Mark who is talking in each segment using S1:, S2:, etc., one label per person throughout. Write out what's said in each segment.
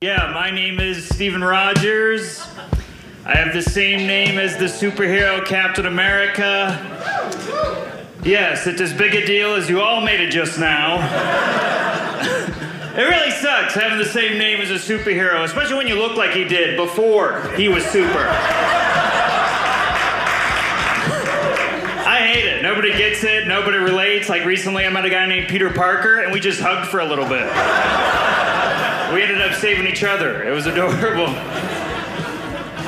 S1: Yeah, my name is Steven Rogers. I have the same name as the superhero Captain America. Yes, it's as big a deal as you all made it just now. it really sucks having the same name as a superhero, especially when you look like he did before he was super. I hate it. Nobody gets it. Nobody relates. Like recently, I met a guy named Peter Parker, and we just hugged for a little bit. We ended up saving each other. It was adorable.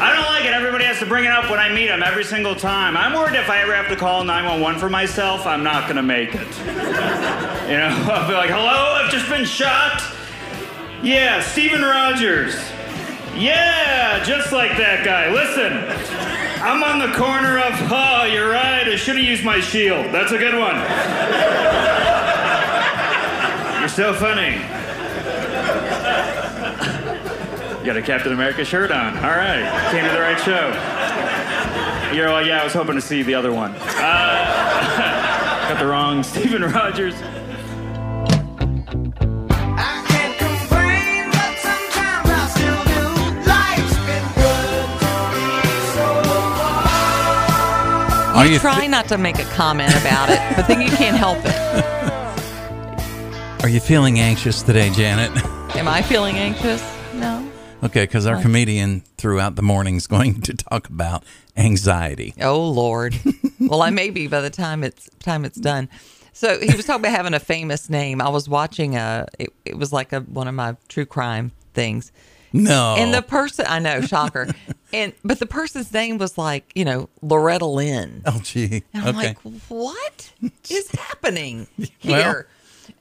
S1: I don't like it. Everybody has to bring it up when I meet them every single time. I'm worried if I ever have to call 911 for myself, I'm not gonna make it. You know, I'll be like, hello, I've just been shot. Yeah, Steven Rogers. Yeah, just like that guy. Listen, I'm on the corner of, oh, you're right, I should have used my shield. That's a good one. You're so funny. You got a Captain America shirt on. All right. Came to the right show. You're like, yeah, I was hoping to see the other one. Uh, got the wrong Stephen Rogers.
S2: I can't complain, but sometimes I still do. Life's been good to me so far.
S3: Are you
S4: Try not to make a comment about it, but then you can't help it.
S3: are you feeling anxious today, Janet?
S4: Am I feeling anxious? No.
S3: okay, because our comedian throughout the morning is going to talk about anxiety.
S4: Oh Lord. well, I may be by the time it's time it's done. So he was talking about having a famous name. I was watching a. It, it was like a one of my true crime things,
S3: No,
S4: and the person I know, shocker, and but the person's name was like you know Loretta Lynn.
S3: oh gee,
S4: And I'm
S3: okay.
S4: like, what is happening here?
S3: Well-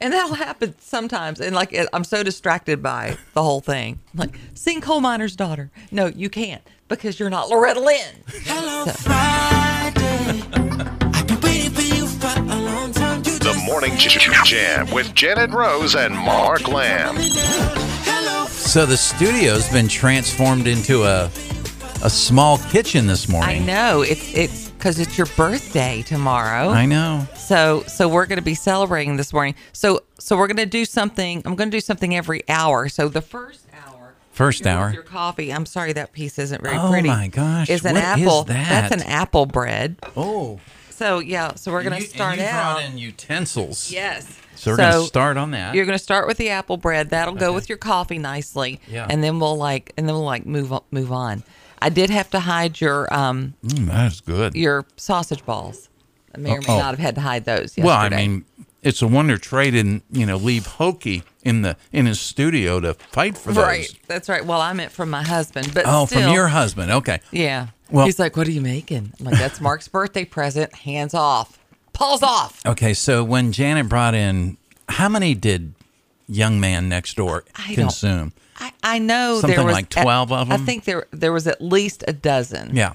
S4: and that'll happen sometimes. And like, I'm so distracted by the whole thing. I'm like, sing coal miner's daughter. No, you can't because you're not Loretta Lynn.
S2: Hello, Friday. I've been waiting for you for a long time. You
S5: The
S2: just
S5: Morning
S2: said
S5: J- J- Jam with Janet Rose and Mark Lamb.
S2: me down. Hello,
S3: so the studio's been transformed into a a small kitchen this
S4: I
S3: morning.
S4: know it's it's because it's your birthday tomorrow.
S3: I know.
S4: So so we're going to be celebrating this morning. So so we're going to do something. I'm going to do something every hour. So the first hour.
S3: First
S4: Here's
S3: hour.
S4: Your coffee. I'm sorry that piece isn't very
S3: Oh
S4: pretty.
S3: my gosh,
S4: Is an
S3: what is
S4: apple.
S3: that?
S4: That's an apple bread.
S3: Oh,
S4: So yeah, so we're gonna
S3: And you- and
S4: start
S3: you
S4: out.
S3: brought in utensils.
S4: yes.
S3: So we're gonna start on that.
S4: You're gonna start with the apple bread. That'll go with your coffee nicely.
S3: Yeah.
S4: And then we'll like, and then we'll like move on, move on. I did have to hide your um
S3: Mm, that is good.
S4: your sausage balls. I may or may
S3: Oh, oh.
S4: not have had to hide those. Yesterday.
S3: Well, I mean, it's a wonder Trey didn't, you know, leave Hokey in the in his studio to fight for those.
S4: right. That's right. Well, I meant from my husband, but
S3: Oh,
S4: still,
S3: from your husband. Okay.
S4: yeah.
S3: Well-
S4: he's like, "What are you making?" I'm like, "That's Mark's birthday present. Hands off. Paws off."
S3: Okay. So when Janet brought in, how many did young man next door
S4: I don't-
S3: consume?
S4: I, I know there
S3: Something
S4: was
S3: like
S4: at-
S3: 12 of
S4: I
S3: 'em?
S4: think there there was at least a dozen.
S3: Yeah.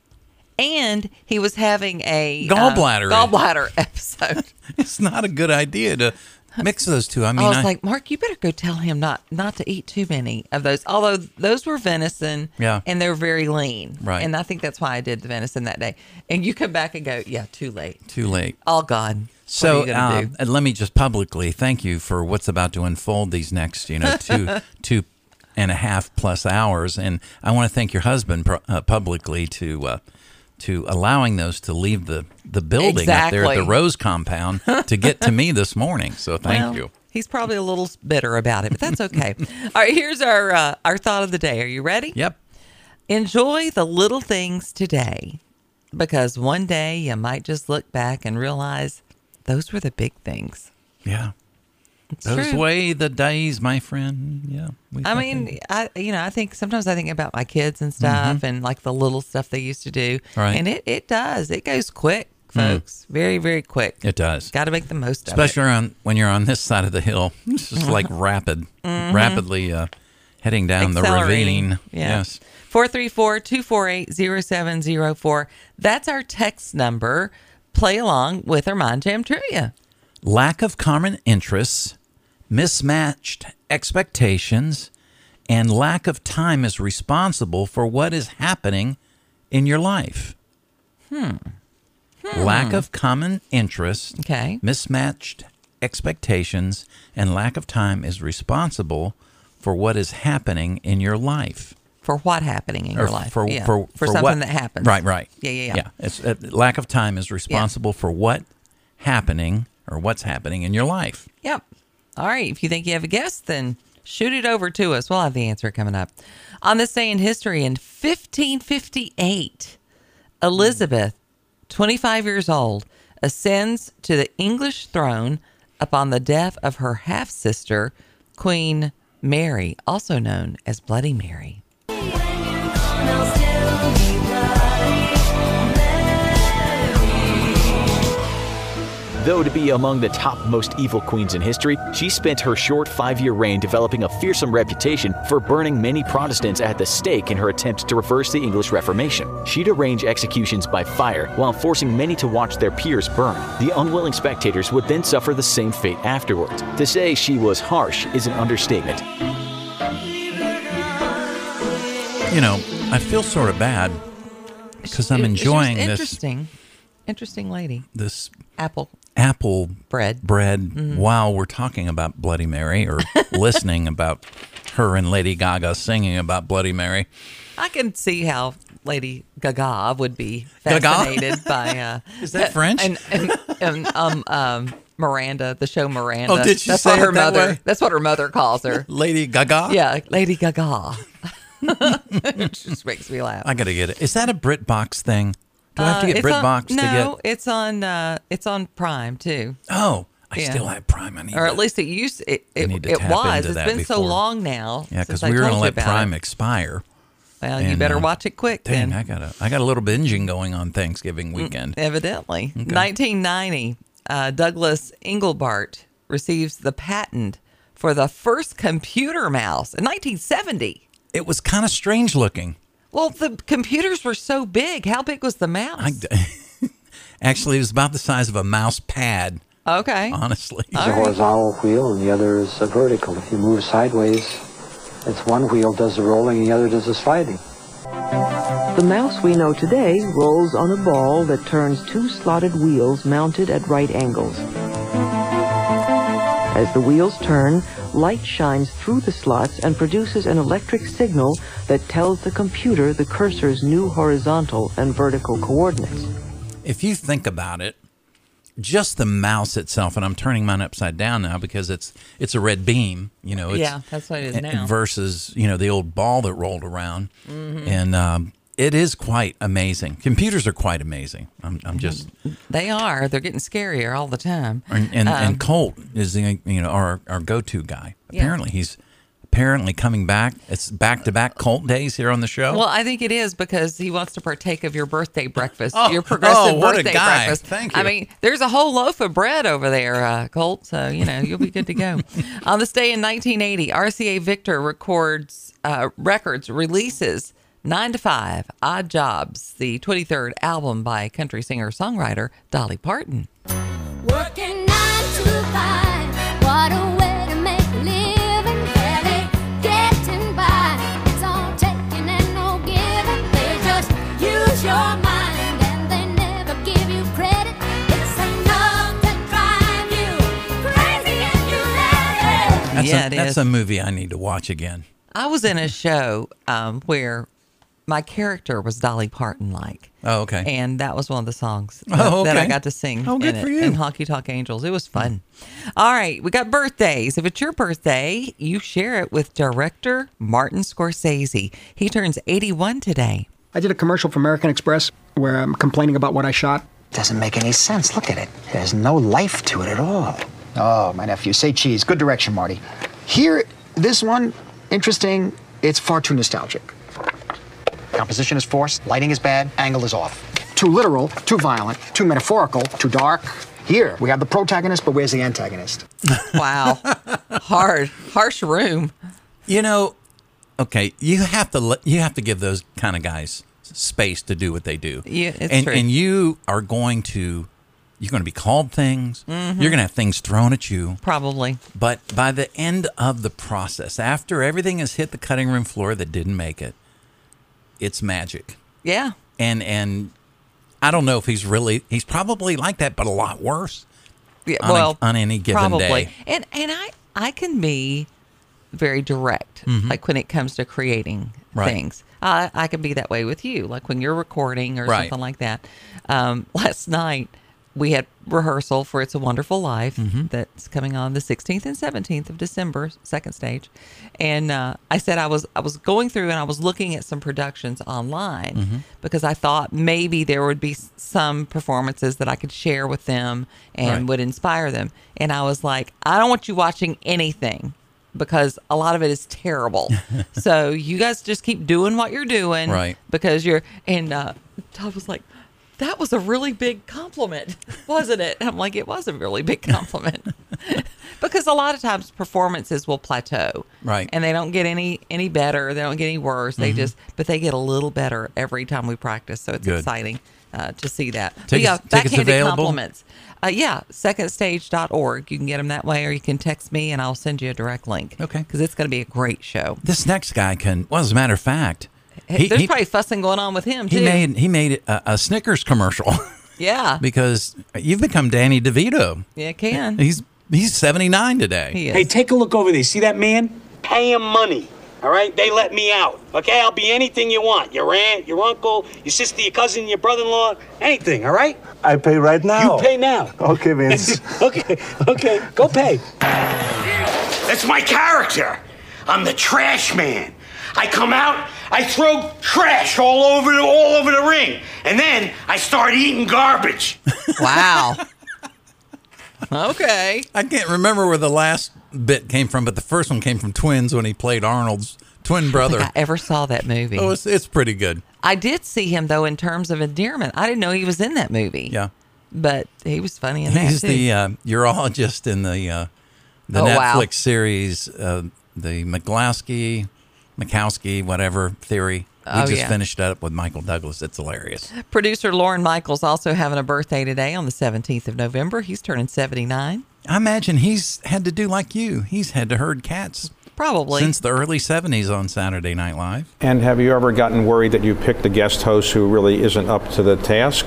S4: and he was having a uh,
S3: Gallbladder.
S4: gallbladder episode.
S3: It's not a good idea to mix those two. I mean,
S4: I was like, Mark, you better go tell him not not to eat too many of those. Although those were venison,
S3: Yeah.
S4: and they're very lean,
S3: Right.
S4: And I think that's why I did the venison that day. And you come back and go, yeah, too late,
S3: too late.
S4: all gone.
S3: So
S4: what are you gonna
S3: uh,
S4: do?
S3: and let me just publicly thank you for what's about to unfold these next, you know, two two and a half plus hours, and I want to thank your husband pro- uh, publicly to uh, to allowing those to leave the the building up there at
S4: Exactly.
S3: the Rose compound to get to me this morning. So thank
S4: Well,
S3: you.
S4: He's probably a little bitter about it, but that's okay. all right, here's our uh, our thought of the day. Are you ready?
S3: Yep.
S4: Enjoy the little things today because one day you might just look back and realize those were the big things.
S3: Yeah.
S4: It's
S3: Those
S4: true.
S3: way the days, my friend. Yeah. we
S4: I
S3: got
S4: mean,
S3: them.
S4: I you know, I think sometimes I think about my kids and stuff and like the little stuff they used to do.
S3: Mm-hmm. Right.
S4: And it, it does. It goes quick, folks. Very, very quick.
S3: it does.
S4: Gotta make the most of it.
S3: especially on when you're on this side of the hill. It's just like rapid, rapidly uh, heading down the
S4: Mm-hmm. Accelerating.
S3: ravine.
S4: Yeah.
S3: Yes.
S4: 434-248-0704. That's our text number. Play along with our Mind Jam Trivia.
S3: Lack of common interests, mismatched expectations, and lack of time is responsible for what is happening in your life. Hmm. Lack of common interests,
S4: Okay.
S3: mismatched expectations, and lack of time is responsible for what is happening in your life.
S4: for what happening in
S3: Or
S4: your life.
S3: For,
S4: yeah.
S3: for,
S4: something
S3: what-
S4: that happens.
S3: Right, right.
S4: Yeah, yeah, yeah.
S3: Yeah. It's, uh, lack of time is responsible for what happening or what's happening in your life.
S4: Yep. All right. If you think you have a guess, then shoot it over to us. We'll have the answer coming up. On this day in history, in 1558, Elizabeth, 25 years old, ascends to the English throne upon the death of her half sister, Queen Mary, also known as Bloody Mary.
S6: Though to be among the top most evil queens in history, she spent her short five year reign developing a fearsome reputation for burning many Protestants at the stake in her attempt to reverse the English Reformation. She'd arrange executions by fire while forcing many to watch their peers burn. The unwilling spectators would then suffer the same fate afterwards. To say she was harsh is an understatement.
S3: You know, I feel sort of bad because I'm
S4: It- it's just
S3: enjoying this
S4: Interesting. Interesting lady.
S3: this
S4: Apple
S3: apple
S4: bread.
S3: bread
S4: Mm-hmm.
S3: while we're talking about Bloody Mary or listening about her and Lady Gaga singing about Bloody Mary.
S4: I can see how Lady Gaga would be
S3: Gaga?
S4: fascinated by. Uh, Is
S3: that French?
S4: And, and, and um, um, Miranda, the show Miranda.
S3: Oh, did she
S4: that's
S3: say
S4: what
S3: it
S4: her
S3: that
S4: mother.
S3: way?
S4: That's what her mother calls her.
S3: Lady Gaga?
S4: Yeah, Lady Gaga. it just makes me laugh.
S3: I got to get it. Is that a BritBox thing? Do I have to
S4: Uh,
S3: get
S4: it's on-
S3: BritBox
S4: No,
S3: to get?
S4: it's on. Uh, it's on Prime too,
S3: Oh, I
S4: Yeah.
S3: still have Prime. I need
S4: or
S3: to-
S4: at least it used. It it,
S3: need to
S4: it
S3: tap
S4: was.
S3: into
S4: It's
S3: that
S4: been so
S3: before.
S4: long now.
S3: Yeah,
S4: because
S3: because we were
S4: going to
S3: let Prime
S4: It.
S3: expire.
S4: Well, you
S3: and,
S4: better
S3: uh,
S4: watch it quick
S3: Dang,
S4: then.
S3: I got a I got a little binging going on
S4: Mm.
S3: Thanksgiving weekend.
S4: Evidently. 1990, uh, Douglas Engelbart receives the patent for the first computer mouse in 1970.
S3: It was kind of strange looking.
S4: Well, the computers were so big. How big was the mouse?
S3: I d actually it was about the size of a mouse pad.
S4: okay.
S3: Honestly,
S7: a horizontal wheel and the other is a vertical. If you move sideways, it's one wheel does the rolling and the other does the sliding.
S8: The mouse we know today rolls on a ball that turns two slotted wheels mounted at right angles. As the wheels turn, light shines through the slots and produces an electric signal that tells the computer the cursor's new horizontal and vertical coordinates.
S3: if you think about it, just the mouse itself, and I'm turning mine upside down now because it's it's a red beam. You know, it's,
S4: Yeah, that's what it is
S3: a-
S4: now. Mm-hmm.
S3: Versus you know the old ball that rolled around, and um, it is quite amazing. Computers are quite amazing. I'm,
S4: Mm-hmm.
S3: I'm just
S4: They are. They're getting scarier all the time.
S3: and and, and Colt is the you know our our go to guy.
S4: Um, Yeah.
S3: Apparently he's apparently coming back. It's back to back Colt days here on the show.
S4: Well, I think it is because he wants to partake of your birthday breakfast,
S3: Oh,
S4: your progressive
S3: oh, what a
S4: birthday
S3: guy.
S4: breakfast.
S3: Thank
S4: I
S3: you.
S4: mean, there's a whole loaf of bread over there, uh, Colt. So you know you'll be good to go. On this day in 1980, RCA Victor records uh, records releases Nine to Five, Odd Jobs, the 23rd album by country singer songwriter Dolly Parton.
S9: Working nine to five, what a way to make a living. Barely getting by, it's all taking and no giving. They just use your mind and they never give you credit. It's enough to drive you crazy if you let it.
S3: that's
S4: yeah,
S3: a,
S4: it
S3: that's
S4: is.
S3: a movie I need to watch again.
S4: I was in a show um, where my character was Dolly Parton like.
S3: Oh, okay.
S4: And that was one of the songs
S3: Oh,
S4: that, that I
S3: okay.
S4: got to sing.
S3: Oh, good
S4: in
S3: for
S4: it,
S3: you.
S4: In Honky Talk Angels. It was fun. All right, we got birthdays. If it's your birthday, you share it with director Martin Scorsese. He turns 81 today.
S10: I did a commercial for American Express where I'm complaining about what I shot.
S2: Doesn't make any sense. Look at it. There's no life to it at all. Oh, my nephew, say cheese. Good direction, Marty. Here, this one, interesting. It's far too nostalgic. Composition is forced, lighting is bad, angle is off. Too literal, too violent, too metaphorical, too dark. Here, we have the protagonist, but where's the antagonist?
S4: Wow. Hard, harsh room.
S3: You know, okay, you have to let, you have to give those kind of guys space to do what they do.
S4: Yeah, it's
S3: and
S4: true.
S3: and you are going to you're going to be called things.
S4: Mm-hmm.
S3: You're going to have things thrown at you.
S4: Probably.
S3: But by the end of the process, after everything has hit the cutting room floor that didn't make it, it's magic.
S4: Yeah.
S3: And and I don't know if he's really he's probably like that, but a lot worse.
S4: Yeah,
S3: on a- on any given
S4: probably.
S3: day.
S4: And and I I can be very direct, like when it comes to creating
S3: Mm-hmm. Right.
S4: things. I, I can be that way with you, like when you're recording or
S3: Right.
S4: something like that. Um, last night, we had rehearsal for It's a Wonderful Life that's coming on the 16th and 17th of December, second stage. And uh, I said I was I was going through and I was looking at some productions online because I thought maybe there would be s- some performances that I could share with them and
S3: Right.
S4: would inspire them. And I was like, I don't want you watching anything because a lot of it is terrible. so you guys just keep doing what you're doing
S3: Right.
S4: because you're and uh Todd was like that was a really big compliment, wasn't it? I'm like, it was a really big compliment. because a lot of times performances will plateau.
S3: Right. Mm-hmm.
S4: And they don't get any any better, they don't get any worse. They just but they get a little better every time we practice. So it's
S3: Good.
S4: exciting uh, to see that. But
S3: Tickets-
S4: yeah,
S3: tickets
S4: backhanded
S3: available?
S4: compliments. Uh, yeah, secondstage.org. You can get them that way or you can text me and I'll send you a direct link.
S3: Okay.
S4: Cuz it's going to be a great show.
S3: This next guy can. Well, as a matter of fact,
S4: Hey, There's probably fussing going on with him too.
S3: he made he made a, a Snickers commercial
S4: yeah.
S3: because you've become Danny DeVito.
S4: Yeah, can.
S3: He's he's seventy nine today.
S4: He is.
S6: Hey, take a look over there. See that man? Pay him money. All right? They let me out. Okay? I'll be anything you want. Your aunt, your uncle, your sister, your cousin, your brother in law, anything. All right?
S7: I pay right now.
S6: You pay now.
S7: Okay, Vince.
S6: okay. Okay. Go pay.
S1: That's my character. I'm the trash man. I come out, I throw trash all over the, all over the ring, and then I start eating garbage.
S4: Wow. okay.
S3: I can't remember where the last bit came from, but the first one came from Twins when he played Arnold's twin brother.
S4: I ever saw that movie.
S3: Oh, it's, it's pretty good.
S4: I did see him though in terms of endearment. I didn't know he was in that movie.
S3: Yeah,
S4: But he was funny in
S3: he's
S4: that too.
S3: the uh, urologist in the uh, the
S4: Oh,
S3: Netflix
S4: wow.
S3: series, uh, the McGlasky, Mikowski, whatever theory. We
S4: Oh,
S3: just
S4: yeah.
S3: finished up with Michael Douglas. It's hilarious.
S4: Producer Lauren Michaels also having a birthday today on the 17th of November. He's turning 79.
S3: I imagine he's had to do like you. He's had to herd cats
S4: Probably.
S3: since the early '70s on Saturday Night Live.
S11: And have you ever gotten worried that you picked a guest host who really isn't up to the task?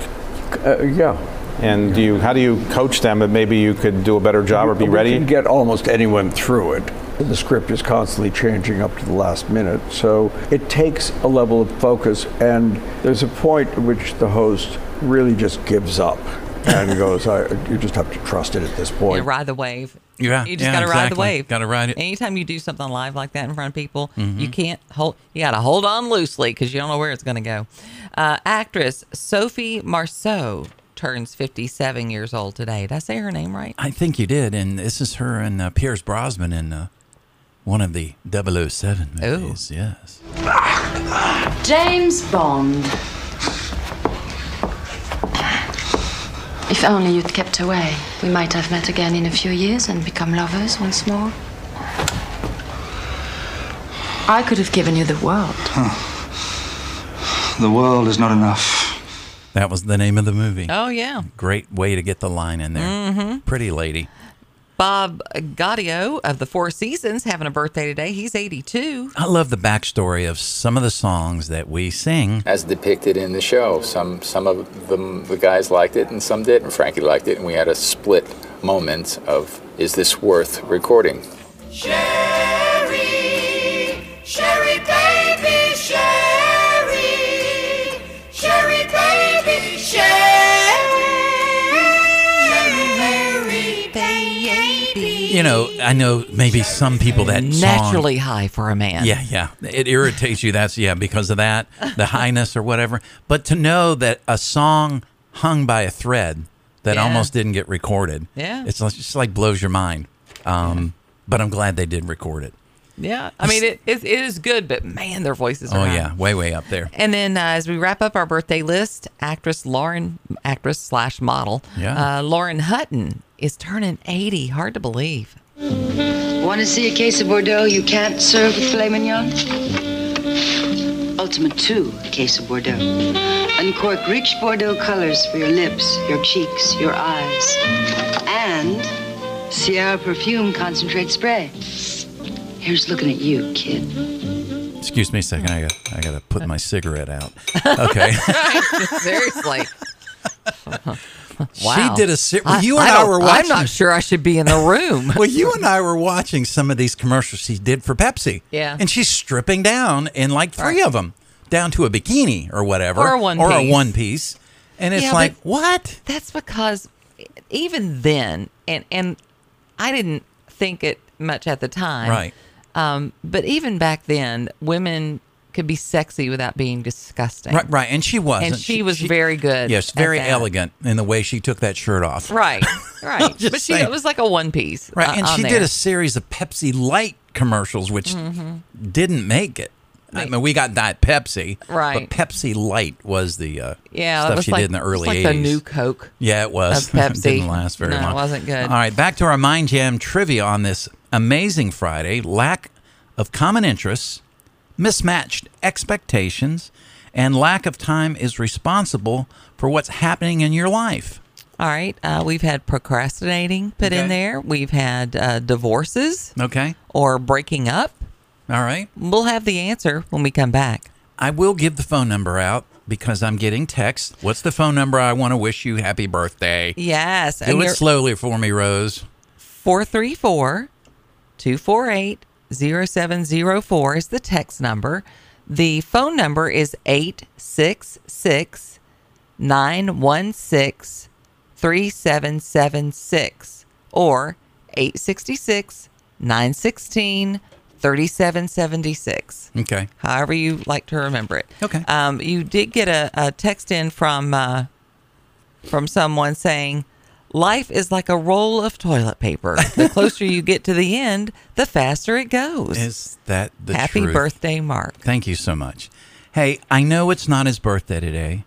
S2: Uh, yeah.
S11: And do you, how do you coach them that maybe you could do a better job or be
S2: we
S11: ready?
S2: can get almost anyone through it. The script is constantly changing up to the last minute, so it takes a level of focus. And there's a point at which the host really just gives up and goes, I, "You just have to trust it at this
S4: You
S2: point."
S4: ride the wave.
S3: Yeah,
S4: You just
S3: yeah,
S4: gotta ride the
S3: exactly.
S4: wave.
S3: Gotta ride it. Mm-hmm.
S4: Anytime you do something live like that in front of people, you can't hold. You gotta hold on loosely because you don't know where it's gonna go. Uh, actress Sophie Marceau turns 57 years old today. Did I say her name right?
S3: I think you did, and this is her and uh, Pierce Brosnan in uh, one of the 007 movies. Yes.
S12: James Bond. If only you'd kept away, we might have met again in a few years and become lovers once more. I could have given you the world.
S13: The world is not enough.
S3: That was the name of the movie.
S4: Oh Mm-hmm. yeah.
S3: Great way to get the line in there. Pretty lady.
S4: Bob Gaudio of the Four Seasons having a birthday today. He's 82.
S3: I love the backstory of some of the songs that we sing.
S5: as depicted in the show. Some some of them the guys liked it and some didn't. Frankie liked it, and we had a split moment of is this worth recording?
S14: Sherry, Sherry baby, Sherry, Sherry baby, Sherry, Sherry baby.
S3: You know, I know maybe some people that song-
S4: Naturally high for a man.
S3: Yeah, yeah. It irritates you. That's yeah, because of that, the highness or whatever. But to know that a song hung by a thread that
S4: Yeah.
S3: almost didn't get recorded.
S4: Yeah.
S3: It's like- just like blows your mind. Um, but I'm glad they did record it.
S4: Yeah. I mean, it, it, it is good, but man, their voices are
S3: Oh
S4: high.
S3: yeah, way way up there.
S4: And then uh, as we wrap up our birthday list, actress Lauren, actress slash model,
S3: Yeah.
S4: uh, Lauren Hutton is turning 80. Hard to believe.
S15: Want to see a case of Bordeaux you can't serve with filet mignon? Ultimate 2, a case of Bordeaux. Uncork rich Bordeaux colors for your lips, your cheeks, your eyes. And Sierra Perfume Concentrate Spray. Here's looking at you, kid.
S3: Excuse me a second. I got I got to put my cigarette out. Okay.
S4: Right? Seriously. Wow.
S3: She did a series.
S4: I-
S3: you and
S4: I
S3: I,
S4: don't-
S3: were
S4: I'm
S3: watching.
S4: not sure I should be in the room.
S3: well, you and I were watching some of these commercials she did for Pepsi.
S4: Yeah.
S3: And she's stripping down in like three of them, down to a bikini or whatever,
S4: Or a one
S3: or a
S4: piece.
S3: one piece. And it's
S4: Yeah,
S3: like,
S4: but
S3: what?
S4: That's because even then, and and I didn't think it much at the time,
S3: Right.
S4: Um, but even back then, women could be sexy without being disgusting.
S3: Right, right. And she wasn't.
S4: And she, was very good.
S3: Yes,
S4: at
S3: very
S4: that.
S3: elegant in the way she took that shirt off.
S4: Right, right.
S3: just
S4: but she
S3: saying.
S4: it was like a one piece.
S3: Right,
S4: uh,
S3: and
S4: on
S3: she
S4: there.
S3: did a series of Pepsi Light commercials, which
S4: Mm-hmm.
S3: didn't make it. I mean, we got Diet Pepsi,
S4: Right.
S3: But Pepsi Light was the uh,
S4: Yeah, it
S3: stuff
S4: was
S3: she
S4: like-
S3: did in the
S4: it was
S3: early
S4: like
S3: 80s.
S4: the new Coke
S3: Yeah, it was.
S4: of Pepsi.
S3: didn't last very
S4: No, it
S3: long.
S4: wasn't good.
S3: All right, back to our Mind Jam trivia on this amazing Friday: lack of common interests, mismatched expectations, and lack of time is responsible for what's happening in your life.
S4: All right. Uh, we've had procrastinating put in
S3: Okay.
S4: there. We've had uh, divorces.
S3: Okay.
S4: Or breaking up.
S3: All right.
S4: We'll have the answer when we come back.
S3: I will give the phone number out because I'm getting texts. What's the phone number? I want to wish you happy birthday.
S4: Yes.
S3: Do it slowly for me, Rose.
S4: 434 248 0704 is the text number. The phone number is 866 916 3776 or 866 916 3776.
S3: Okay.
S4: However, you like to remember it.
S3: Okay.
S4: Um, you did get a, a text in from uh, from someone saying, "Life is like a roll of toilet paper. The closer you get to the end, the faster it goes."
S3: Is that the
S4: Happy
S3: truth?
S4: birthday, Mark?
S3: Thank you so much. Hey, I know it's not his birthday today,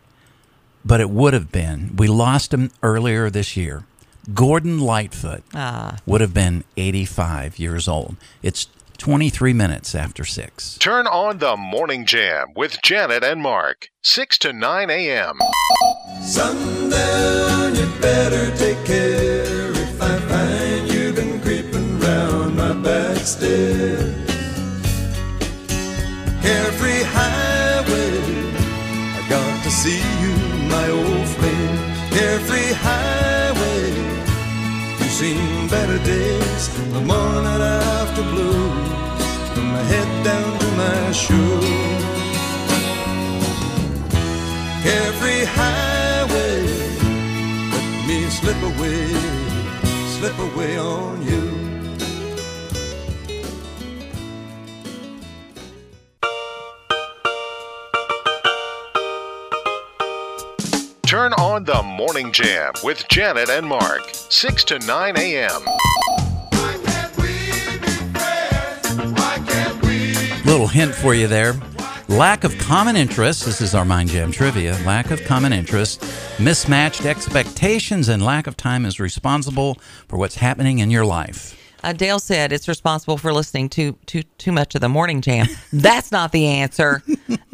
S3: but it would have been. We lost him earlier this year. Gordon Lightfoot
S4: Ah.
S3: would have been 85 years old. It's 23 minutes after 6.
S5: Turn on the Morning Jam with Janet and Mark, 6 to 9 a.m.
S16: Sundown, you better take care if I find you've been creeping round my back stairs. Carefree highway, I got to see you, my old friend. Carefree highway, you've seen better days. The morning after blue, from my head down to my shoes. Every highway, let me slip away, slip away on you.
S5: Turn on the Morning Jam with Janet and Mark, 6 to 9 a.m.
S3: Little hint for you there. Lack of common interest. This is our Mind Jam trivia. Lack of common interest, mismatched expectations, and lack of time is responsible for what's happening in your life.
S4: Uh, Dale said it's responsible for listening to too too much of the morning jam. That's not the answer.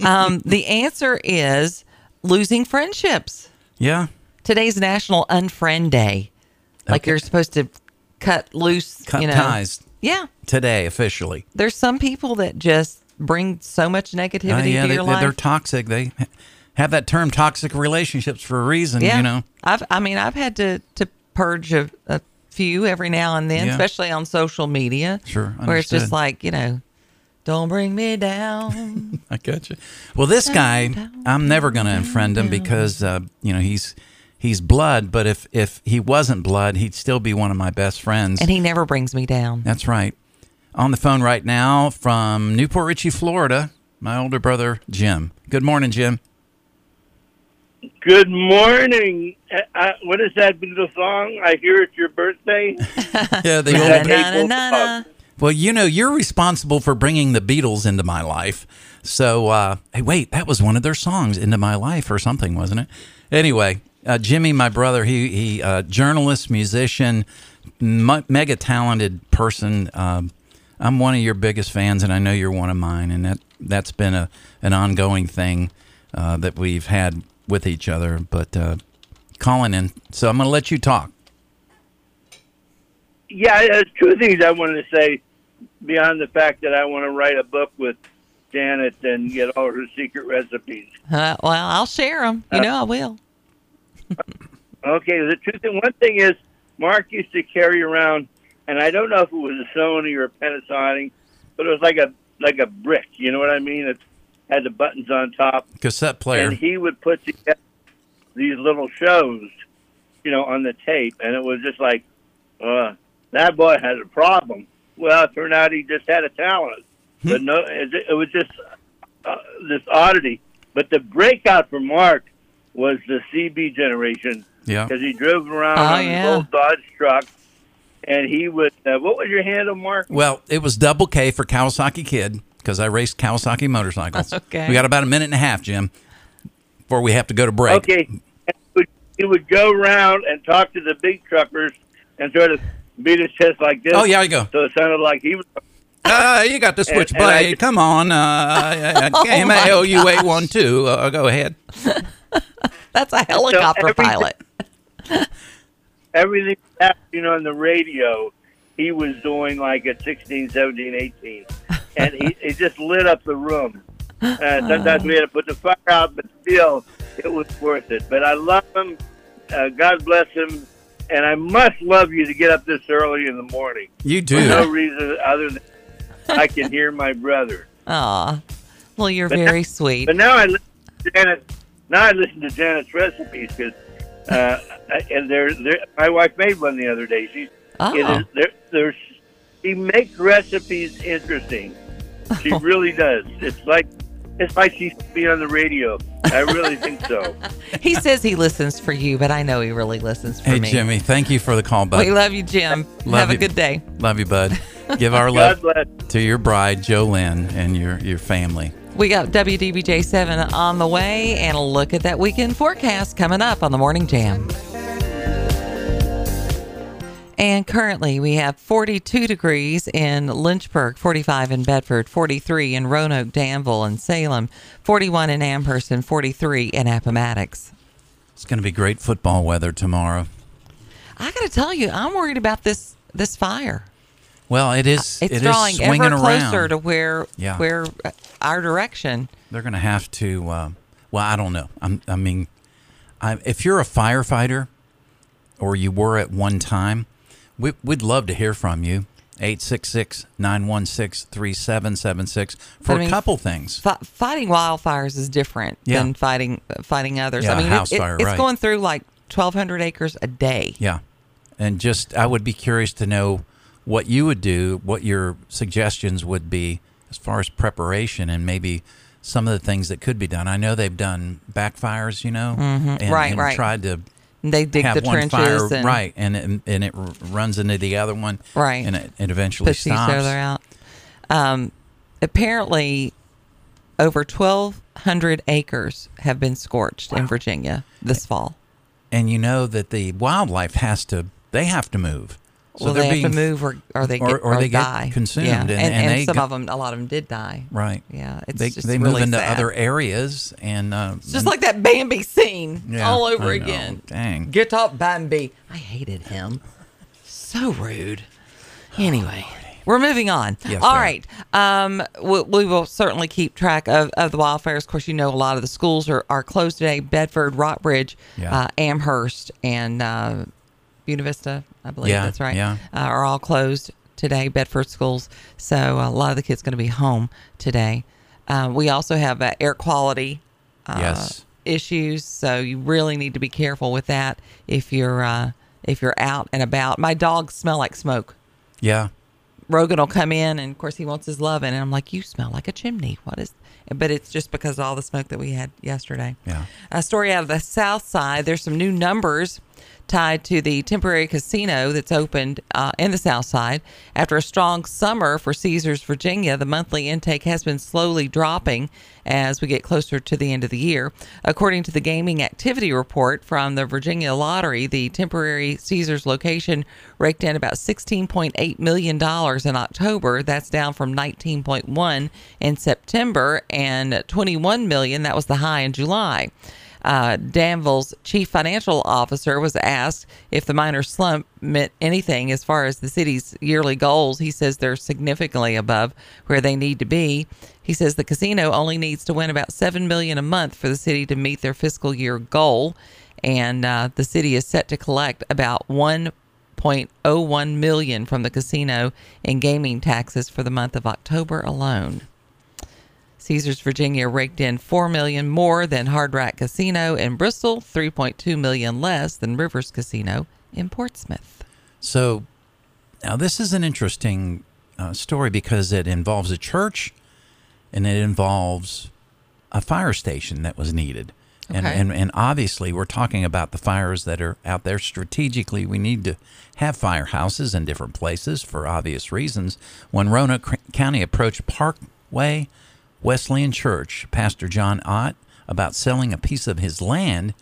S4: um, the answer is losing friendships.
S3: Yeah.
S4: Today's National Unfriend Day. Like you're supposed to cut loose,
S3: Cut
S4: you know.
S3: ties.
S4: Yeah,
S3: Today, officially.
S4: there's some people that just bring so much negativity
S3: Uh, yeah,
S4: to
S3: they,
S4: your
S3: they- they're
S4: life.
S3: toxic. They have that term toxic relationships for a reason,
S4: yeah,
S3: you know.
S4: I've I mean I've had to to purge a, a few every now and then,
S3: Yeah.
S4: especially on social media.
S3: Sure,
S4: where it's
S3: understood.
S4: just like you know, don't bring me down.
S3: I got you. Well, this guy, I'm never going to unfriend him because uh, you know he's he's blood. But if if he wasn't blood, he'd still be one of my best friends.
S4: and he never brings me down.
S3: That's right. On the phone right now from Newport Richey, Florida, my older brother Jim. Good morning, Jim.
S14: Good morning. Uh, uh, what is that little song? I hear it's your birthday.
S3: Yeah, the
S14: Na,
S3: old-
S14: na, na, na, na.
S3: Well, you know, you're responsible for bringing the Beatles into my life. So, uh, hey, wait, that was one of their songs, "Into My Life" or something, wasn't it? Anyway, uh, Jimmy, my brother, he he, uh, journalist, musician, m- mega talented person. Um, I'm one of your biggest fans, and I know you're one of mine, and that that's been a an ongoing thing uh, that we've had with each other. But uh, calling in, so I'm going to let you talk.
S14: Yeah, there's two things I wanted to say beyond the fact that I want to write a book with Janet and get all her secret recipes.
S4: Uh, well, I'll share them. You know I will.
S14: Okay, the truth and one thing is, Mark used to carry around, and I don't know if it was a Sony or a Panasonic, but it was like a like a brick. You know what I mean? It had the buttons on top,
S3: Cassette player.
S14: and he would put together these little shows, you know, on the tape, and it was just like, uh, that boy has a problem. Well, it turned out he just had a talent,
S3: Hmm.
S14: but no, it, it was just uh, this oddity. But the breakout for Mark was the CB generation,
S3: Yeah.
S14: because he drove around
S3: Oh,
S14: on his
S3: yeah.
S14: old Dodge truck, and he would. Uh, what was your handle, Mark?
S3: Well, it was double K for Kawasaki Kid because I raced Kawasaki motorcycles.
S14: Okay.
S3: We got about a minute and a half, Jim, before we have to go to break.
S14: Okay. And he would- He would go around and talk to the big truckers and sort of beat his chest like this.
S3: Oh, yeah, there you go.
S14: So it sounded like he was.
S3: Uh, you got the
S14: And- and
S3: switchblade.
S14: I-
S3: Come on. Uh,
S14: Oh, my
S3: M A O U eight one two. Uh, Go ahead.
S4: That's a
S14: helicopter
S4: pilot.
S14: Everything happening on the radio, he was doing like at 16, 17, 18. And he, it just lit up the room. Uh, sometimes we had to put the fire out, but still, it was worth it. But I love him. Uh, God bless him. And I must love you to get up this early in the morning.
S3: You do.
S14: For no reason other than I can hear my brother.
S4: Aw. Well, you're
S14: But now-
S4: very sweet.
S14: But now I listen to Janet. Now I listen to Janet's recipes because, uh, I- and there, there, my wife made one the other day. She,
S4: Oh.
S14: it is, there, there's, she makes recipes interesting. She really does. It's like, it's like she should be on the radio. I really think so.
S4: He says he listens for you, but I know he really listens for
S3: Hey,
S4: me.
S3: Jimmy. Thank you for the call, bud.
S4: we love you, Jim.
S3: Love
S4: Have a
S3: you.
S4: good day.
S3: Love you, bud. Give our
S4: God
S3: love
S14: bless.
S3: to your bride, Jolynn, and your your family.
S4: We got WDBJ7 on the way, and a look at that weekend forecast coming up on the Morning Jam. And currently, we have 42 degrees in Lynchburg, 45 in Bedford, 43 in Roanoke, Danville, and Salem, 41 in Amherst, and 43 in Appomattox.
S3: It's going to be great football weather tomorrow.
S4: I got to tell you, I'm worried about this this fire.
S3: Well, it is.
S4: It's
S3: it is
S4: drawing
S3: swinging
S4: ever closer
S3: around.
S4: to where
S3: Yeah.
S4: where uh, our direction.
S3: They're going to have to. Uh, well, I don't know. I'm, I mean, I, if you're a firefighter, or you were at one time, we, we'd love to hear from you. 866-916-3776 for
S4: But I mean,
S3: a couple things.
S4: Fi- fighting wildfires is different
S3: Yeah.
S4: than fighting fighting others.
S3: Yeah,
S4: I mean,
S3: house
S4: it, it-
S3: fire,
S4: it's
S3: right.
S4: going through like 1,200 acres a day.
S3: Yeah. And just, I would be curious to know what you would do, what your suggestions would be as far as preparation and maybe some of the things that could be done. I know they've done backfires, you know,
S4: Mhm.
S3: and,
S4: Right,
S3: and
S4: right.
S3: tried to
S4: They dig
S3: have
S4: the
S3: one
S4: trenches
S3: fire,
S4: and-
S3: right, and it, and it r- runs into the other one,
S4: Right.
S3: and it, it eventually
S4: Push each
S3: stops.
S4: other out. Um, apparently, over 1,200 acres have been scorched in Virginia this fall.
S3: and you know that the wildlife has to they have to move
S4: well, they have to move or, or they get,
S3: or, they get
S4: die.
S3: consumed
S4: Yeah.
S3: and,
S4: and, and
S3: they
S4: some
S3: go-
S4: of them, a lot of them did die.
S3: right
S4: Yeah. It's
S3: they,
S4: just
S3: they move
S4: really
S3: into
S4: sad.
S3: other areas and uh,
S4: It's just like that Bambi scene
S3: Yeah,
S4: all over
S3: I know.
S4: again.
S3: Dang.
S4: Get up, Bambi. I hated him. So rude. Anyway, we're moving on.
S3: Yes,
S4: all
S3: ma'am.
S4: right. Um, we, we will certainly keep track of, of the wildfires. Of course, you know a lot of the schools are, are closed today Bedford, Rockbridge,
S3: Yeah.
S4: uh, Amherst, and uh, Buena Vista, I believe
S3: Yeah,
S4: that's right,
S3: yeah.
S4: uh, are all closed today, Bedford schools. So a lot of the kids going to be home today. Uh, we also have uh, air quality uh,
S3: Yes.
S4: issues, so you really need to be careful with that if you're uh, if you're out and about. My dogs smell like smoke.
S3: yeah
S4: Rogan will come in, and of course he wants his love, and I'm like, "You smell like a chimney. What is?" But it's just because of all the smoke that we had yesterday.
S3: Yeah.
S4: A story out of the South Side. There's some new numbers tied to the temporary casino that's opened uh, in the South Side. After a strong summer for Caesars, Virginia, the monthly intake has been slowly dropping as we get closer to the end of the year. According to the gaming activity report from the Virginia Lottery, the temporary Caesars location raked in about $16.8 million in October. That's down from 19.1 in September and 21 million. That was the high in July. Uh, Danville's chief financial officer was asked if the minor slump meant anything as far as the city's yearly goals. He says they're significantly above where they need to be. He says the casino only needs to win about seven million a month for the city to meet their fiscal year goal, and uh, the city is set to collect about 1.01 million from the casino in gaming taxes for the month of October alone. Caesars Virginia raked in 4 million more than Hard Rock Casino in Bristol, 3.2 million less than Rivers Casino in Portsmouth.
S3: So now this is an interesting uh, story because it involves a church and it involves a fire station that was needed. And,
S17: Okay.
S3: and, and obviously, we're talking about the fires that are out there strategically. We need to have firehouses in different places for obvious reasons. When Roanoke Cr- County approached Parkway Wesleyan Church, Pastor John Ott, about selling a piece of his land,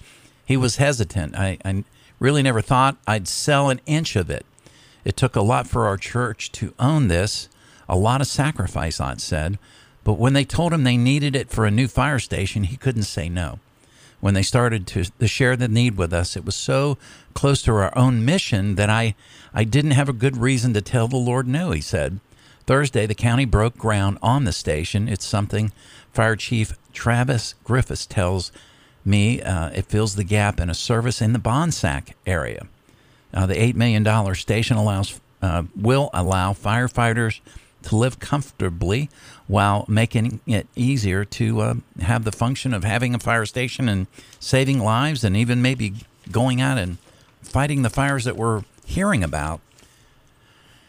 S3: he was hesitant. I, I really never thought I'd sell an inch of it. It took a lot for our church to own this, a lot of sacrifice, Ott said. But when they told him they needed it for a new fire station, he couldn't say no. When they started to, to share the need with us, it was so close to our own mission that I, I didn't have a good reason to tell the Lord no, he said. Thursday, the county broke ground on the station. It's something Fire Chief Travis Griffiths tells me uh, it fills the gap in a service in the Bonsack area. Uh, the $8 million station allows uh, will allow firefighters to live comfortably while making it easier to uh, have the function of having a fire station and saving lives and even maybe going out and fighting the fires that we're hearing about.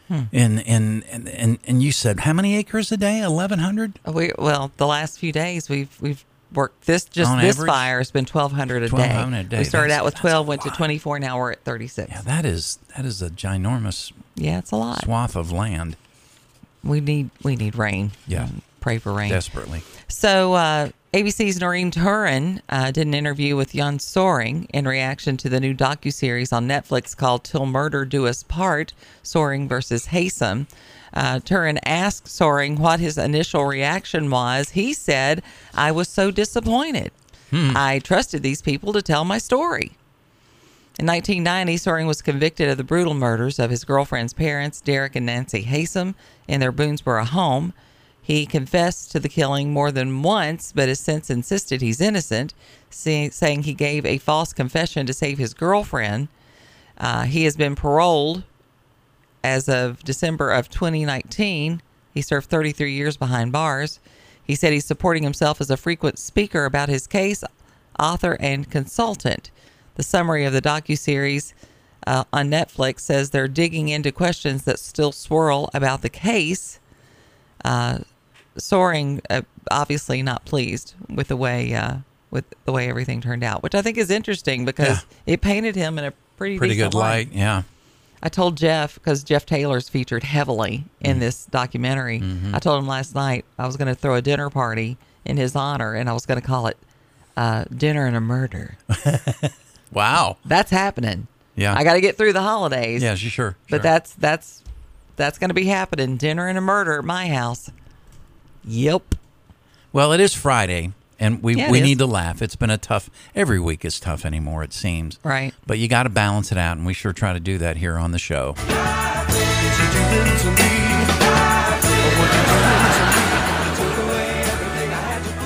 S4: Hmm.
S3: And, and, and, and, and you said how many acres a day? 1,100?
S4: We, well, the last few days we've we've worked this just
S3: On
S4: this
S3: average?
S4: fire has been twelve hundred a day.
S3: 1,200 a day.
S4: We started
S3: That's-
S4: out with
S3: that's
S4: twelve, went to twenty four, now we're at thirty six. Yeah,
S3: That is, that is a ginormous
S4: it's a lot.
S3: swath of land.
S4: We need we need rain.
S3: Yeah.
S4: Pray for rain.
S3: Desperately.
S4: So uh, ABC's Noreen Turin uh, did an interview with Jan Soaring in reaction to the new docuseries on Netflix called "Till Murder Do Us Part: Soaring versus Haysom." Uh, Turin asked Soaring what his initial reaction was. He said, "I was so disappointed.
S18: Hmm.
S4: I trusted these people to tell my story." In 1990, Soaring was convicted of the brutal murders of his girlfriend's parents, Derek and Nancy Haysom, in their Boonesboro home. He confessed to the killing more than once, but has since insisted he's innocent, say- saying he gave a false confession to save his girlfriend. Uh, he has been paroled as of December of 2019. He served 33 years behind bars. He said he's supporting himself as a frequent speaker about his case, author, and consultant. The summary of the docuseries uh, on Netflix says they're digging into questions that still swirl about the case. Uh, Soaring, uh, obviously not pleased with the way uh, with the way everything turned out, which I think is interesting because it painted him in a pretty
S3: Pretty
S4: decent
S3: good light, yeah.
S4: I told Jeff because Jeff Taylor's featured heavily in
S3: Mm.
S4: this documentary.
S3: Mm-hmm.
S4: I told him last night I was going to throw a dinner party in his honor, and I was going to call it uh, "Dinner and a Murder."
S3: Wow.
S4: That's happening.
S3: Yeah.
S4: I got to get through the holidays.
S3: Uh. Yeah, sure, sure.
S4: But that's that's that's going to be happening. Dinner and a murder at my house. Yep.
S3: Well, it is Friday, and we,
S4: Yeah, it
S3: we
S4: is.
S3: need to laugh. It's been a tough, every week is tough anymore, it seems.
S4: Right.
S3: But you got to balance it out, and we sure try to do that here on the show.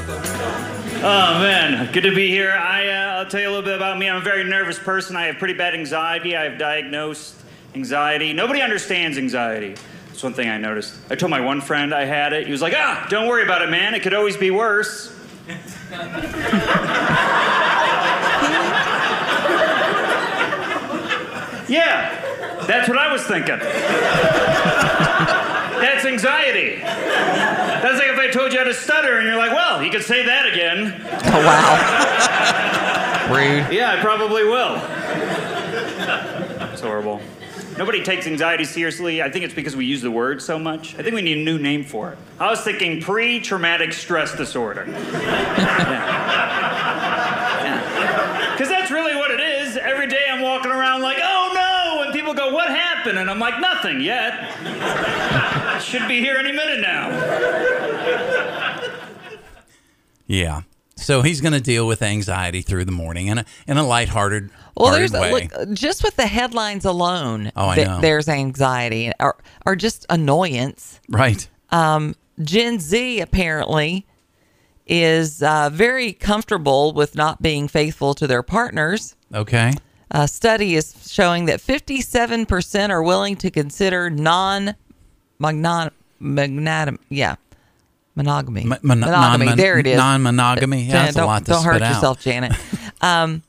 S1: Oh man, good to be here. I, uh, I'll tell you a little bit about me. I'm a very nervous person. I have pretty bad anxiety. I have diagnosed anxiety. Nobody understands anxiety. That's one thing I noticed. I told my one friend I had it. He was like, ah, don't worry about it, man. It could always be worse. yeah, that's what I was thinking. That's anxiety. That's like if I told you how to stutter and you're like, well, you could say that again.
S4: Oh wow. Rude.
S1: Yeah, I probably will. It's horrible. Nobody takes anxiety seriously. I think it's because we use the word so much. I think we need a new name for it. I was thinking pre traumatic stress disorder. Because that's really what it is. Every day I'm walking around like, oh no! And people go, what happened? And I'm like, nothing yet. I should be here any minute now.
S3: Yeah. So he's going to deal with anxiety through the morning in a, in a lighthearted
S4: Well,
S3: hearted
S4: there's
S3: way.
S4: look, just with the headlines alone,
S3: Oh, I
S4: th-
S3: know.
S4: there's anxiety or or just annoyance.
S3: Right.
S4: Um, Gen Z apparently is uh, very comfortable with not being faithful to their partners.
S3: Okay.
S4: A study is showing that 57% are willing to consider non magnon magnatim yeah monogamy
S3: mon-
S4: monogamy
S3: non-
S4: there it is
S3: non-monogamy. Yeah,
S4: Janet,
S3: that's a
S4: don't,
S3: lot to
S4: don't hurt
S3: spit out.
S4: yourself Janet um,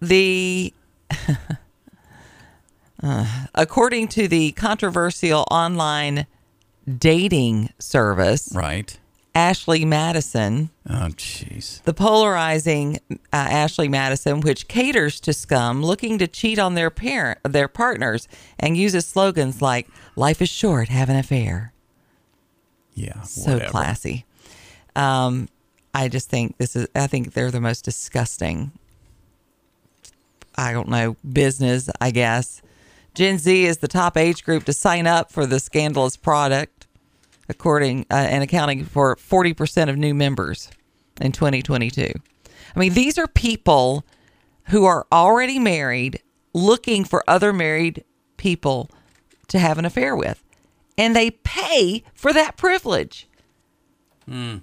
S4: the uh, according to the controversial online dating service
S3: right
S4: Ashley Madison
S3: oh jeez
S4: the polarizing uh, Ashley Madison, which caters to scum looking to cheat on their parent, their partners, and uses slogans like "Life is short, have an affair."
S3: Yeah,
S4: so
S3: whatever.
S4: classy. Um, I just think this is. I think they're the most disgusting. I don't know business. I guess Gen Z is the top age group to sign up for the scandalous product, according uh, and accounting for forty percent of new members in 2022. I mean, these are people who are already married looking for other married people to have an affair with, and they pay for that privilege. Hmm.
S3: Mm.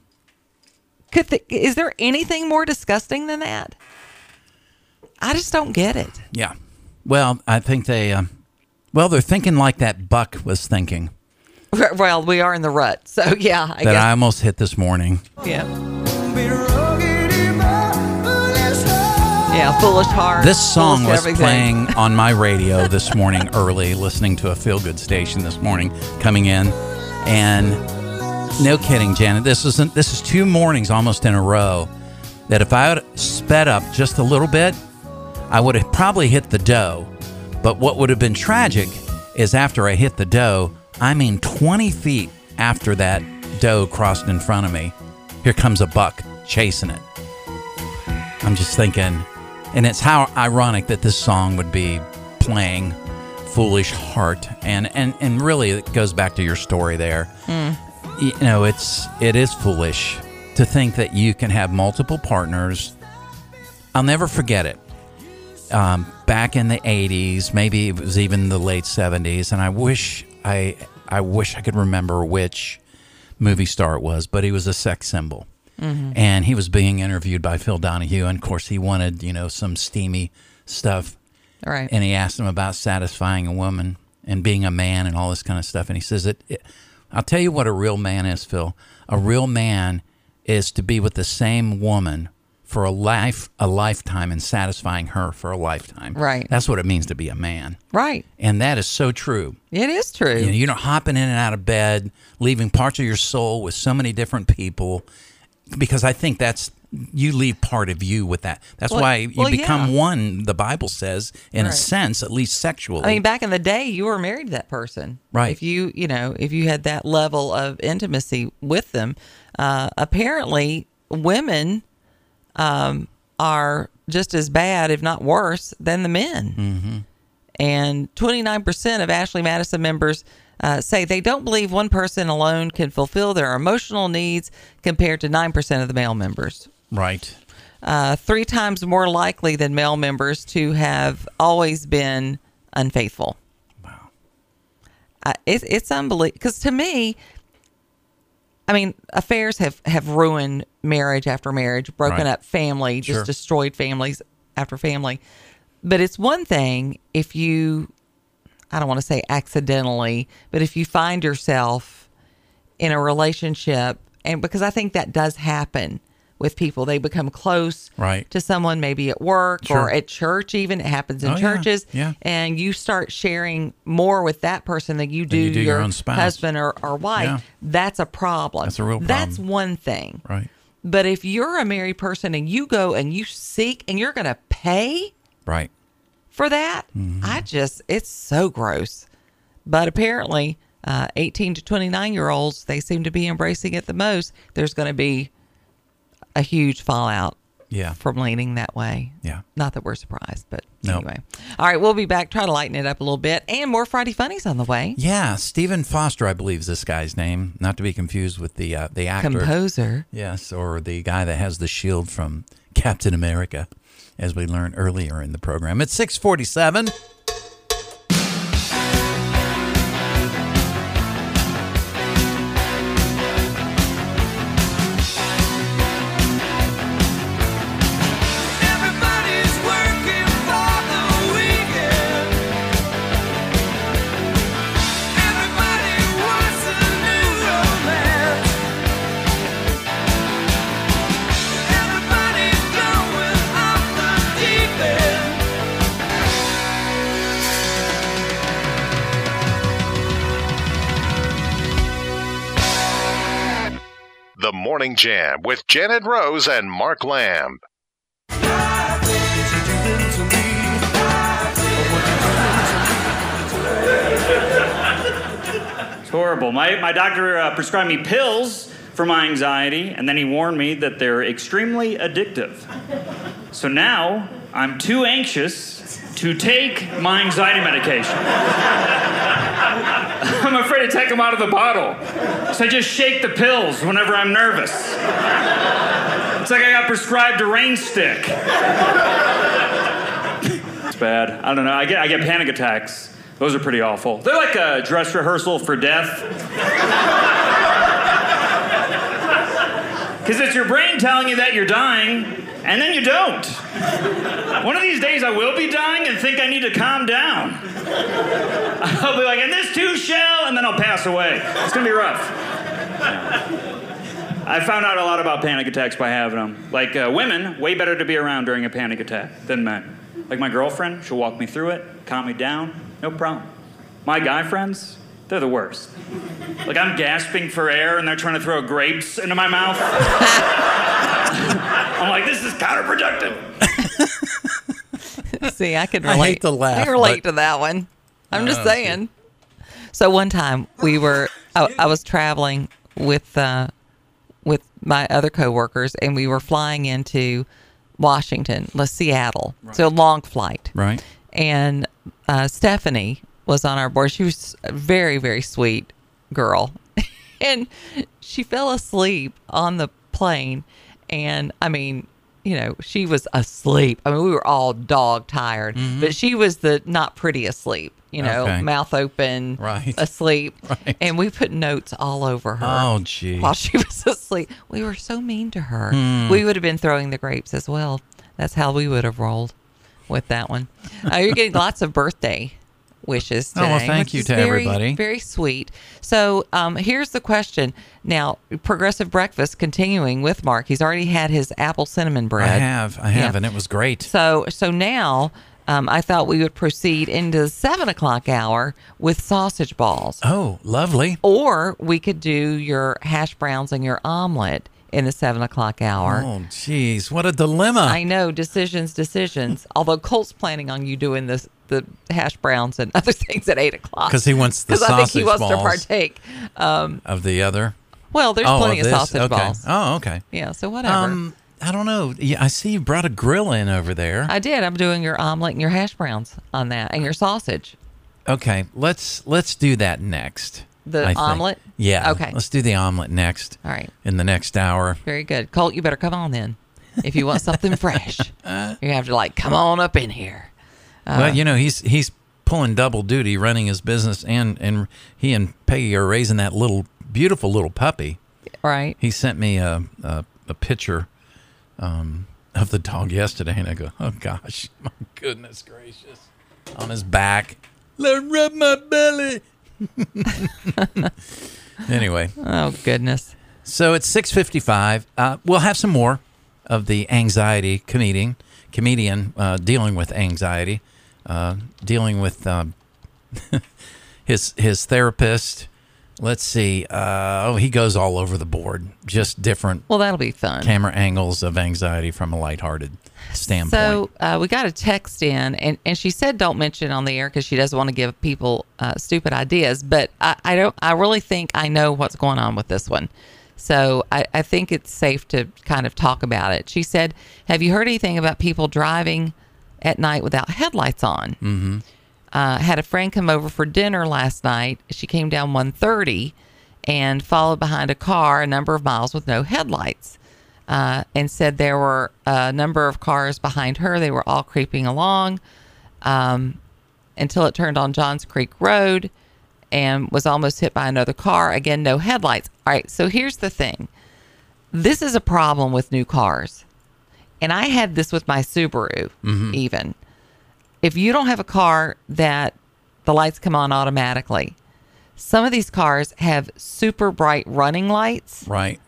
S4: Could th- is there anything more disgusting than that? I just don't get it.
S3: Yeah. Well, I think they. Um, well, they're thinking like that buck was thinking
S4: Well, we are in the rut, so yeah, I
S3: that
S4: guess.
S3: I almost hit this morning.
S4: yeah. Yeah, foolish heart.
S3: This song
S4: foolish
S3: was
S4: everything.
S3: playing on my radio this morning early, listening to a feel good station this morning coming in. And no kidding, Janet, this isn't this is two mornings almost in a row that if I had sped up just a little bit, I would have probably hit the dough. But what would have been tragic is after I hit the dough, I mean 20 feet after that dough crossed in front of me, here comes a buck chasing it. I'm just thinking, and it's how ironic that this song would be playing "Foolish Heart," and and and really it goes back to your story there.
S17: Mm.
S3: You know, it's it is foolish to think that you can have multiple partners. I'll never forget it. Um, back in the '80s, maybe it was even the late '70s, and I wish I I wish I could remember which movie star it was, but he was a sex symbol
S18: Mhm.
S3: Mm-hmm. and he was being interviewed by Phil Donahue, and of course he wanted you know some steamy stuff,
S4: Right.
S3: And he asked him about satisfying a woman and being a man and all this kind of stuff, and he says it. it I'll tell you what a real man is, Phil. A real man is to be with the same woman for a life, a lifetime, and satisfying her for a lifetime.
S4: Right.
S3: That's what it means to be a man.
S4: Right.
S3: And that is so true.
S4: It is true.
S3: You know, you're not hopping in and out of bed, leaving parts of your soul with so many different people, because I think that's you leave part of you with that. That's
S4: Well-
S3: why you
S4: well,
S3: become
S4: yeah.
S3: one. The Bible says, in a
S4: Right.
S3: sense, at least sexually.
S4: I mean, back in the day, you were married to that person,
S3: Right.
S4: If you, you know, if you had that level of intimacy with them, uh, apparently women um, are just as bad, if not worse, than the men.
S3: Mhm.
S4: And 29% of Ashley Madison members uh, say they don't believe one person alone can fulfill their emotional needs, compared to 9% of the male members
S3: right.
S4: uh, three times more likely than male members to have always been unfaithful. Wow, uh, it, it's unbelievable. Because to me, I mean, affairs have have ruined marriage after marriage, broken
S17: Right.
S4: up family,
S17: Sure.
S4: just destroyed families after family. But it's one thing if you, I don't want to say accidentally, but if you find yourself in a relationship, and because I think that does happen with people, they become close
S3: Right.
S4: to someone, maybe at work
S3: Sure.
S4: or at church, even it happens in
S3: Oh, yeah.
S4: churches,
S3: Yeah.
S4: and you start sharing more with that person than you do,
S3: Than you do your own spouse.
S4: husband or, or wife.
S3: Yeah.
S4: That's a problem.
S3: That's a real
S4: That's
S3: problem.
S4: one thing.
S3: Right.
S4: But if you're a married person and you go and you seek and you're going to pay
S3: Right.
S4: for that,
S3: Mm-hmm.
S4: I just, it's so gross. But apparently, uh, 18 to 29 year olds, they seem to be embracing it the most. There's going to be a huge fallout
S3: Yeah.
S4: from leaning that way.
S3: Yeah.
S4: Not that we're surprised, but
S3: No.
S4: anyway. All right, we'll be back. Try to lighten it up a little bit. And more Friday Funnies on the way.
S3: Yeah, Stephen Foster, I believe, is this guy's name. Not to be confused with the uh, the actor,
S4: Composer.
S3: Yes, or the guy that has the shield from Captain America, as we learned earlier in the program. It's six forty-seven.
S19: Everybody's working
S5: The Morning Jam with Janet Rose and Mark Lamb.
S1: It's horrible. My, my doctor uh, prescribed me pills for my anxiety, and then he warned me that they're extremely addictive. So now I'm too anxious to take my anxiety medication. I'm afraid to take them out of the bottle. So I just shake the pills whenever I'm nervous. It's like I got prescribed a rain stick. It's bad. I don't know. I get, I get panic attacks. Those are pretty awful. They're like a dress rehearsal for death. Because it's your brain telling you that you're dying, and then you don't. One of these days I will be dying and think I need to calm down. I'll be like, and this too shall, and then I'll pass away. It's going to be rough. I found out a lot about panic attacks by having them. Like uh, women, way better to be around during a panic attack than men. Like my girlfriend, she'll walk me through it, calm me down, no problem. My guy friends, they're the worst. Like I'm gasping for air and they're trying to throw grapes into my mouth. I'm like, this is counterproductive.
S4: See, I can
S3: I
S4: relate.
S3: hate to laugh,
S4: I can relate
S3: but-
S4: to that one. I'm just
S3: Oh,
S4: saying. So one time we were, I, I was traveling with uh, with my other coworkers, and we were flying into Washington, la Seattle. So a long flight,
S3: Right.
S4: And uh, Stephanie was on our board. She was a very, very sweet girl, and she fell asleep on the plane. And I mean, you know, she was asleep. I mean, we were all dog tired,
S3: Mhm.
S4: but she was the not pretty asleep. You know,
S3: Okay.
S4: mouth open,
S3: Right.
S4: asleep, and we put notes all over her.
S3: Oh, gee.
S4: While she was asleep, we were so mean to her.
S3: Hmm.
S4: We would have been throwing the grapes as well. That's how we would have rolled with that one. Uh, you're getting lots of birthday wishes
S3: Oh, well,
S4: today,
S3: thank
S4: which
S3: you
S4: is
S3: to
S4: very-
S3: everybody.
S4: Very sweet. So um, here's the question. Now, Progressive Breakfast continuing with Mark. He's already had his apple cinnamon bread.
S3: I have, I have,
S4: Yeah.
S3: and it was great.
S4: So so now um, I thought we would proceed into the seven o'clock hour with sausage balls.
S3: Oh, lovely.
S4: Or we could do your hash browns and your omelet in the seven o'clock hour.
S3: Oh, jeez, what a dilemma.
S4: I know decisions, decisions. Although Colt's planning on you doing this, the hash browns and other things at eight o'clock
S3: 'Cause he wants the
S4: 'Cause I think he
S3: sausage
S4: wants to
S3: balls.
S4: partake. Um,
S3: of the other.
S4: well, there's
S3: Oh,
S4: plenty of
S3: this?
S4: sausage
S3: okay.
S4: balls.
S3: Oh, okay.
S4: Yeah, so whatever.
S3: Um, I don't know. Yeah, I see you brought a grill in over there.
S4: I did. I'm doing your omelet and your hash browns on that, and your sausage.
S3: Okay, let's let's do that next.
S4: The
S3: I think.
S4: omelet?
S3: Yeah.
S4: Okay.
S3: Let's do the omelet next.
S4: All right.
S3: In the next hour.
S4: Very good, Colt. You better come on then, if you want something fresh.
S3: Uh.
S4: You have to like come on up in here. Uh,
S3: well, you know he's he's pulling double duty, running his business, and and he and Peggy are raising that little beautiful little puppy.
S4: Right.
S3: He sent me a a, a picture um, of the dog yesterday, and I go, oh gosh, my goodness gracious, on his back. Let rub my belly. Anyway.
S4: Oh goodness.
S3: So it's six fifty-five. Uh, we'll have some more of the anxiety comedian, comedian uh, dealing with anxiety, uh, dealing with um, his his therapist. Let's see. Uh, oh, he goes all over the board. Just different.
S4: Well, that'll be fun.
S3: Camera angles of anxiety from a lighthearted standpoint.
S4: So uh, we got a text in, and, and she said don't mention on the air because she doesn't want to give people uh, stupid ideas. But I, I don't. I really think I know what's going on with this one. So I, I think it's safe to kind of talk about it. She said, "Have you heard anything about people driving at night without headlights on?"
S3: mm-hmm.
S4: uh, had a friend come over for dinner last night. She came down 130 and followed behind a car a number of miles with no headlights uh, and said there were a number of cars behind her. They were all creeping along um, until it turned on Johns Creek Road and was almost hit by another car. Again, no headlights. All right, so here's the thing this is a problem with new cars. And I had this with my Subaru,
S3: Mhm.
S4: even. If you don't have a car that the lights come on automatically, some of these cars have super bright running lights,
S3: Right.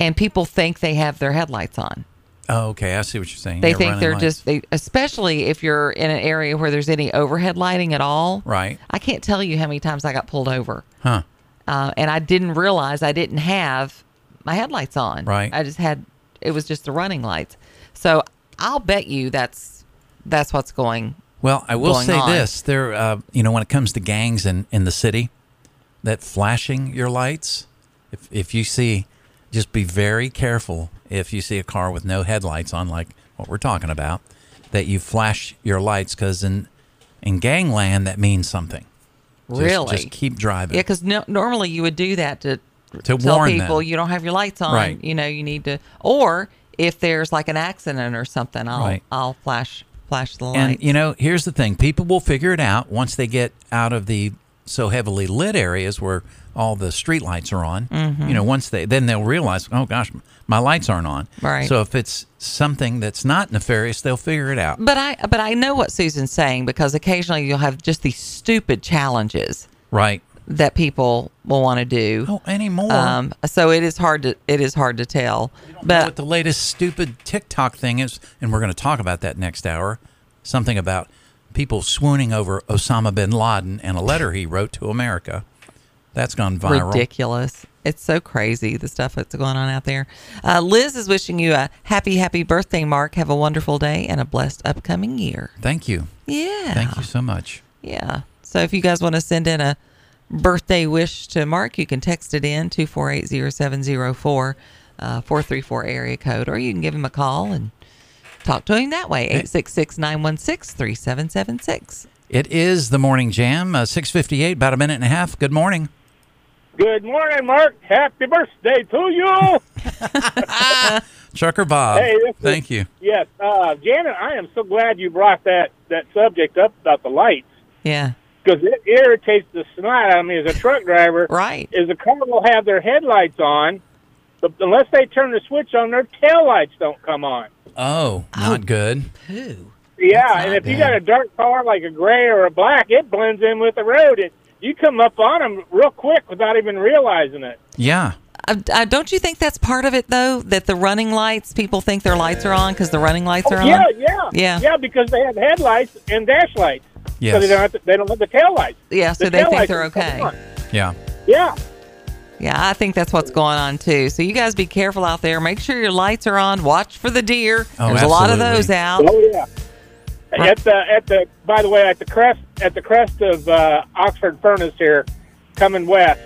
S4: and people think they have their headlights on.
S3: Oh, okay. I see what you're saying.
S4: They
S3: Yeah,
S4: think
S3: running
S4: they're
S3: lights.
S4: just, they, especially if you're in an area where there's any overhead lighting at all.
S3: Right.
S4: I can't tell you how many times I got pulled over
S3: Huh.
S4: uh, and I didn't realize I didn't have my headlights on.
S3: Right.
S4: I just had it was just the running lights. So I'll bet you that's that's what's going.
S3: Well, I will
S4: going
S3: say
S4: on.
S3: this: there, uh, you know, when it comes to gangs in, in the city, that flashing your lights, if if you see, just be very careful. If you see a car with no headlights on, like what we're talking about, that you flash your lights because in in gangland that means something. Just-
S4: Really?
S3: just keep driving.
S4: Yeah, because no, normally you would do that to, tell
S3: To warn
S4: people
S3: them.
S4: you don't have your lights on.
S3: Right.
S4: You know, you need to. Or if there's like an accident or something, I'll
S3: Right.
S4: I'll flash flash the light.
S3: And you know, here's the thing: people will figure it out once they get out of the so heavily lit areas where all the street lights are on.
S4: Mhm.
S3: You know, once they then they'll realize, oh gosh, my lights aren't on.
S4: Right.
S3: So if it's something that's not nefarious, they'll figure it out.
S4: But I but I know what Susan's saying because occasionally you'll have just these stupid challenges
S3: Right.
S4: that people will want to do.
S3: Oh, anymore.
S4: Um, uh, so it is hard to it is hard to tell.
S3: But what the latest stupid TikTok thing is, and we're going to talk about that next hour. Something about people swooning over Osama bin Laden and a letter he wrote to America. That's gone viral.
S4: Ridiculous. It's so crazy the stuff that's going on out there. Uh, Liz is wishing you a happy happy birthday, Mark. Have a wonderful day and a blessed upcoming year.
S3: Thank you.
S4: Yeah.
S3: Thank you so much.
S4: Yeah. So if you guys want to send in a birthday wish to Mark, you can text it in 2480704 uh, 434 area code, or you can give him a call and talk to him that way 866 916 3776.
S3: It is the morning jam, uh, 658, about a minute and a half. Good morning.
S14: Good morning, Mark. Happy birthday to you.
S3: Trucker Bob.
S14: Hey, this is-
S3: Thank you.
S14: yes, uh, Janet, I am so glad you brought that, that subject up about the lights
S4: Yeah.
S14: because it irritates the snot out of me as a truck driver.
S4: Right.
S14: Is the car will have their headlights on, but unless they turn the switch on, their taillights don't come on.
S3: Oh, not good.
S4: Who?
S14: Yeah, and if you got a dark car like a gray or a black, it blends in with the road. It, you come up on them real quick without even realizing it.
S3: Yeah.
S4: Uh, uh, don't you think that's part of it, though? That the running lights, people think their lights are on because the running lights are
S14: Oh, yeah,
S4: on?
S14: yeah,
S4: Yeah.
S14: yeah, because they have headlights and dash lights.
S3: Yes.
S14: So they don't have to, they don't have the tail lights.
S4: Yeah, so
S14: The
S4: they
S14: tail
S4: think
S14: lights
S4: they're
S14: are coming
S4: okay.
S14: on.
S3: Yeah.
S14: Yeah.
S4: Yeah, I think that's what's going on too. So you guys be careful out there. Make sure your lights are on. Watch for the deer.
S14: Oh,
S4: There's a lot of
S14: absolutely.
S4: those out.
S14: Oh yeah. At the at the by the way at the crest at the crest of uh, Oxford Furnace here, coming west,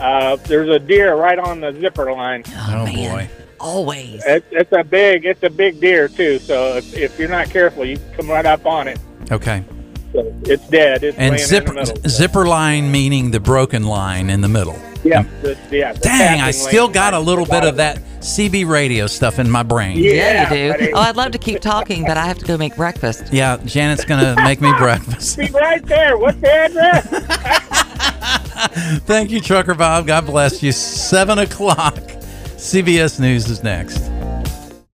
S14: uh, there's a deer right on the zipper line.
S3: Oh, boy.
S4: Always.
S14: It's, it's a big it's a big deer too. So if, if you're not careful, you come right up on it.
S3: Okay.
S14: So it's dead. It's
S3: And
S14: laying
S3: zipper,
S14: in the middle.
S3: zipper line meaning the broken line in the middle.
S14: Yeah. The, yeah the
S3: Dang, I
S14: passing
S3: still
S14: lane.
S3: got a little bit of that CB radio stuff in my brain.
S4: Yeah, you do. Oh, I'd love to keep talking, but I have to go make breakfast.
S3: Yeah, Janet's going to make me breakfast.
S14: Be right there. What's the address?
S3: Thank you, Trucker Bob. God bless you. Seven o'clock. CBS News is next.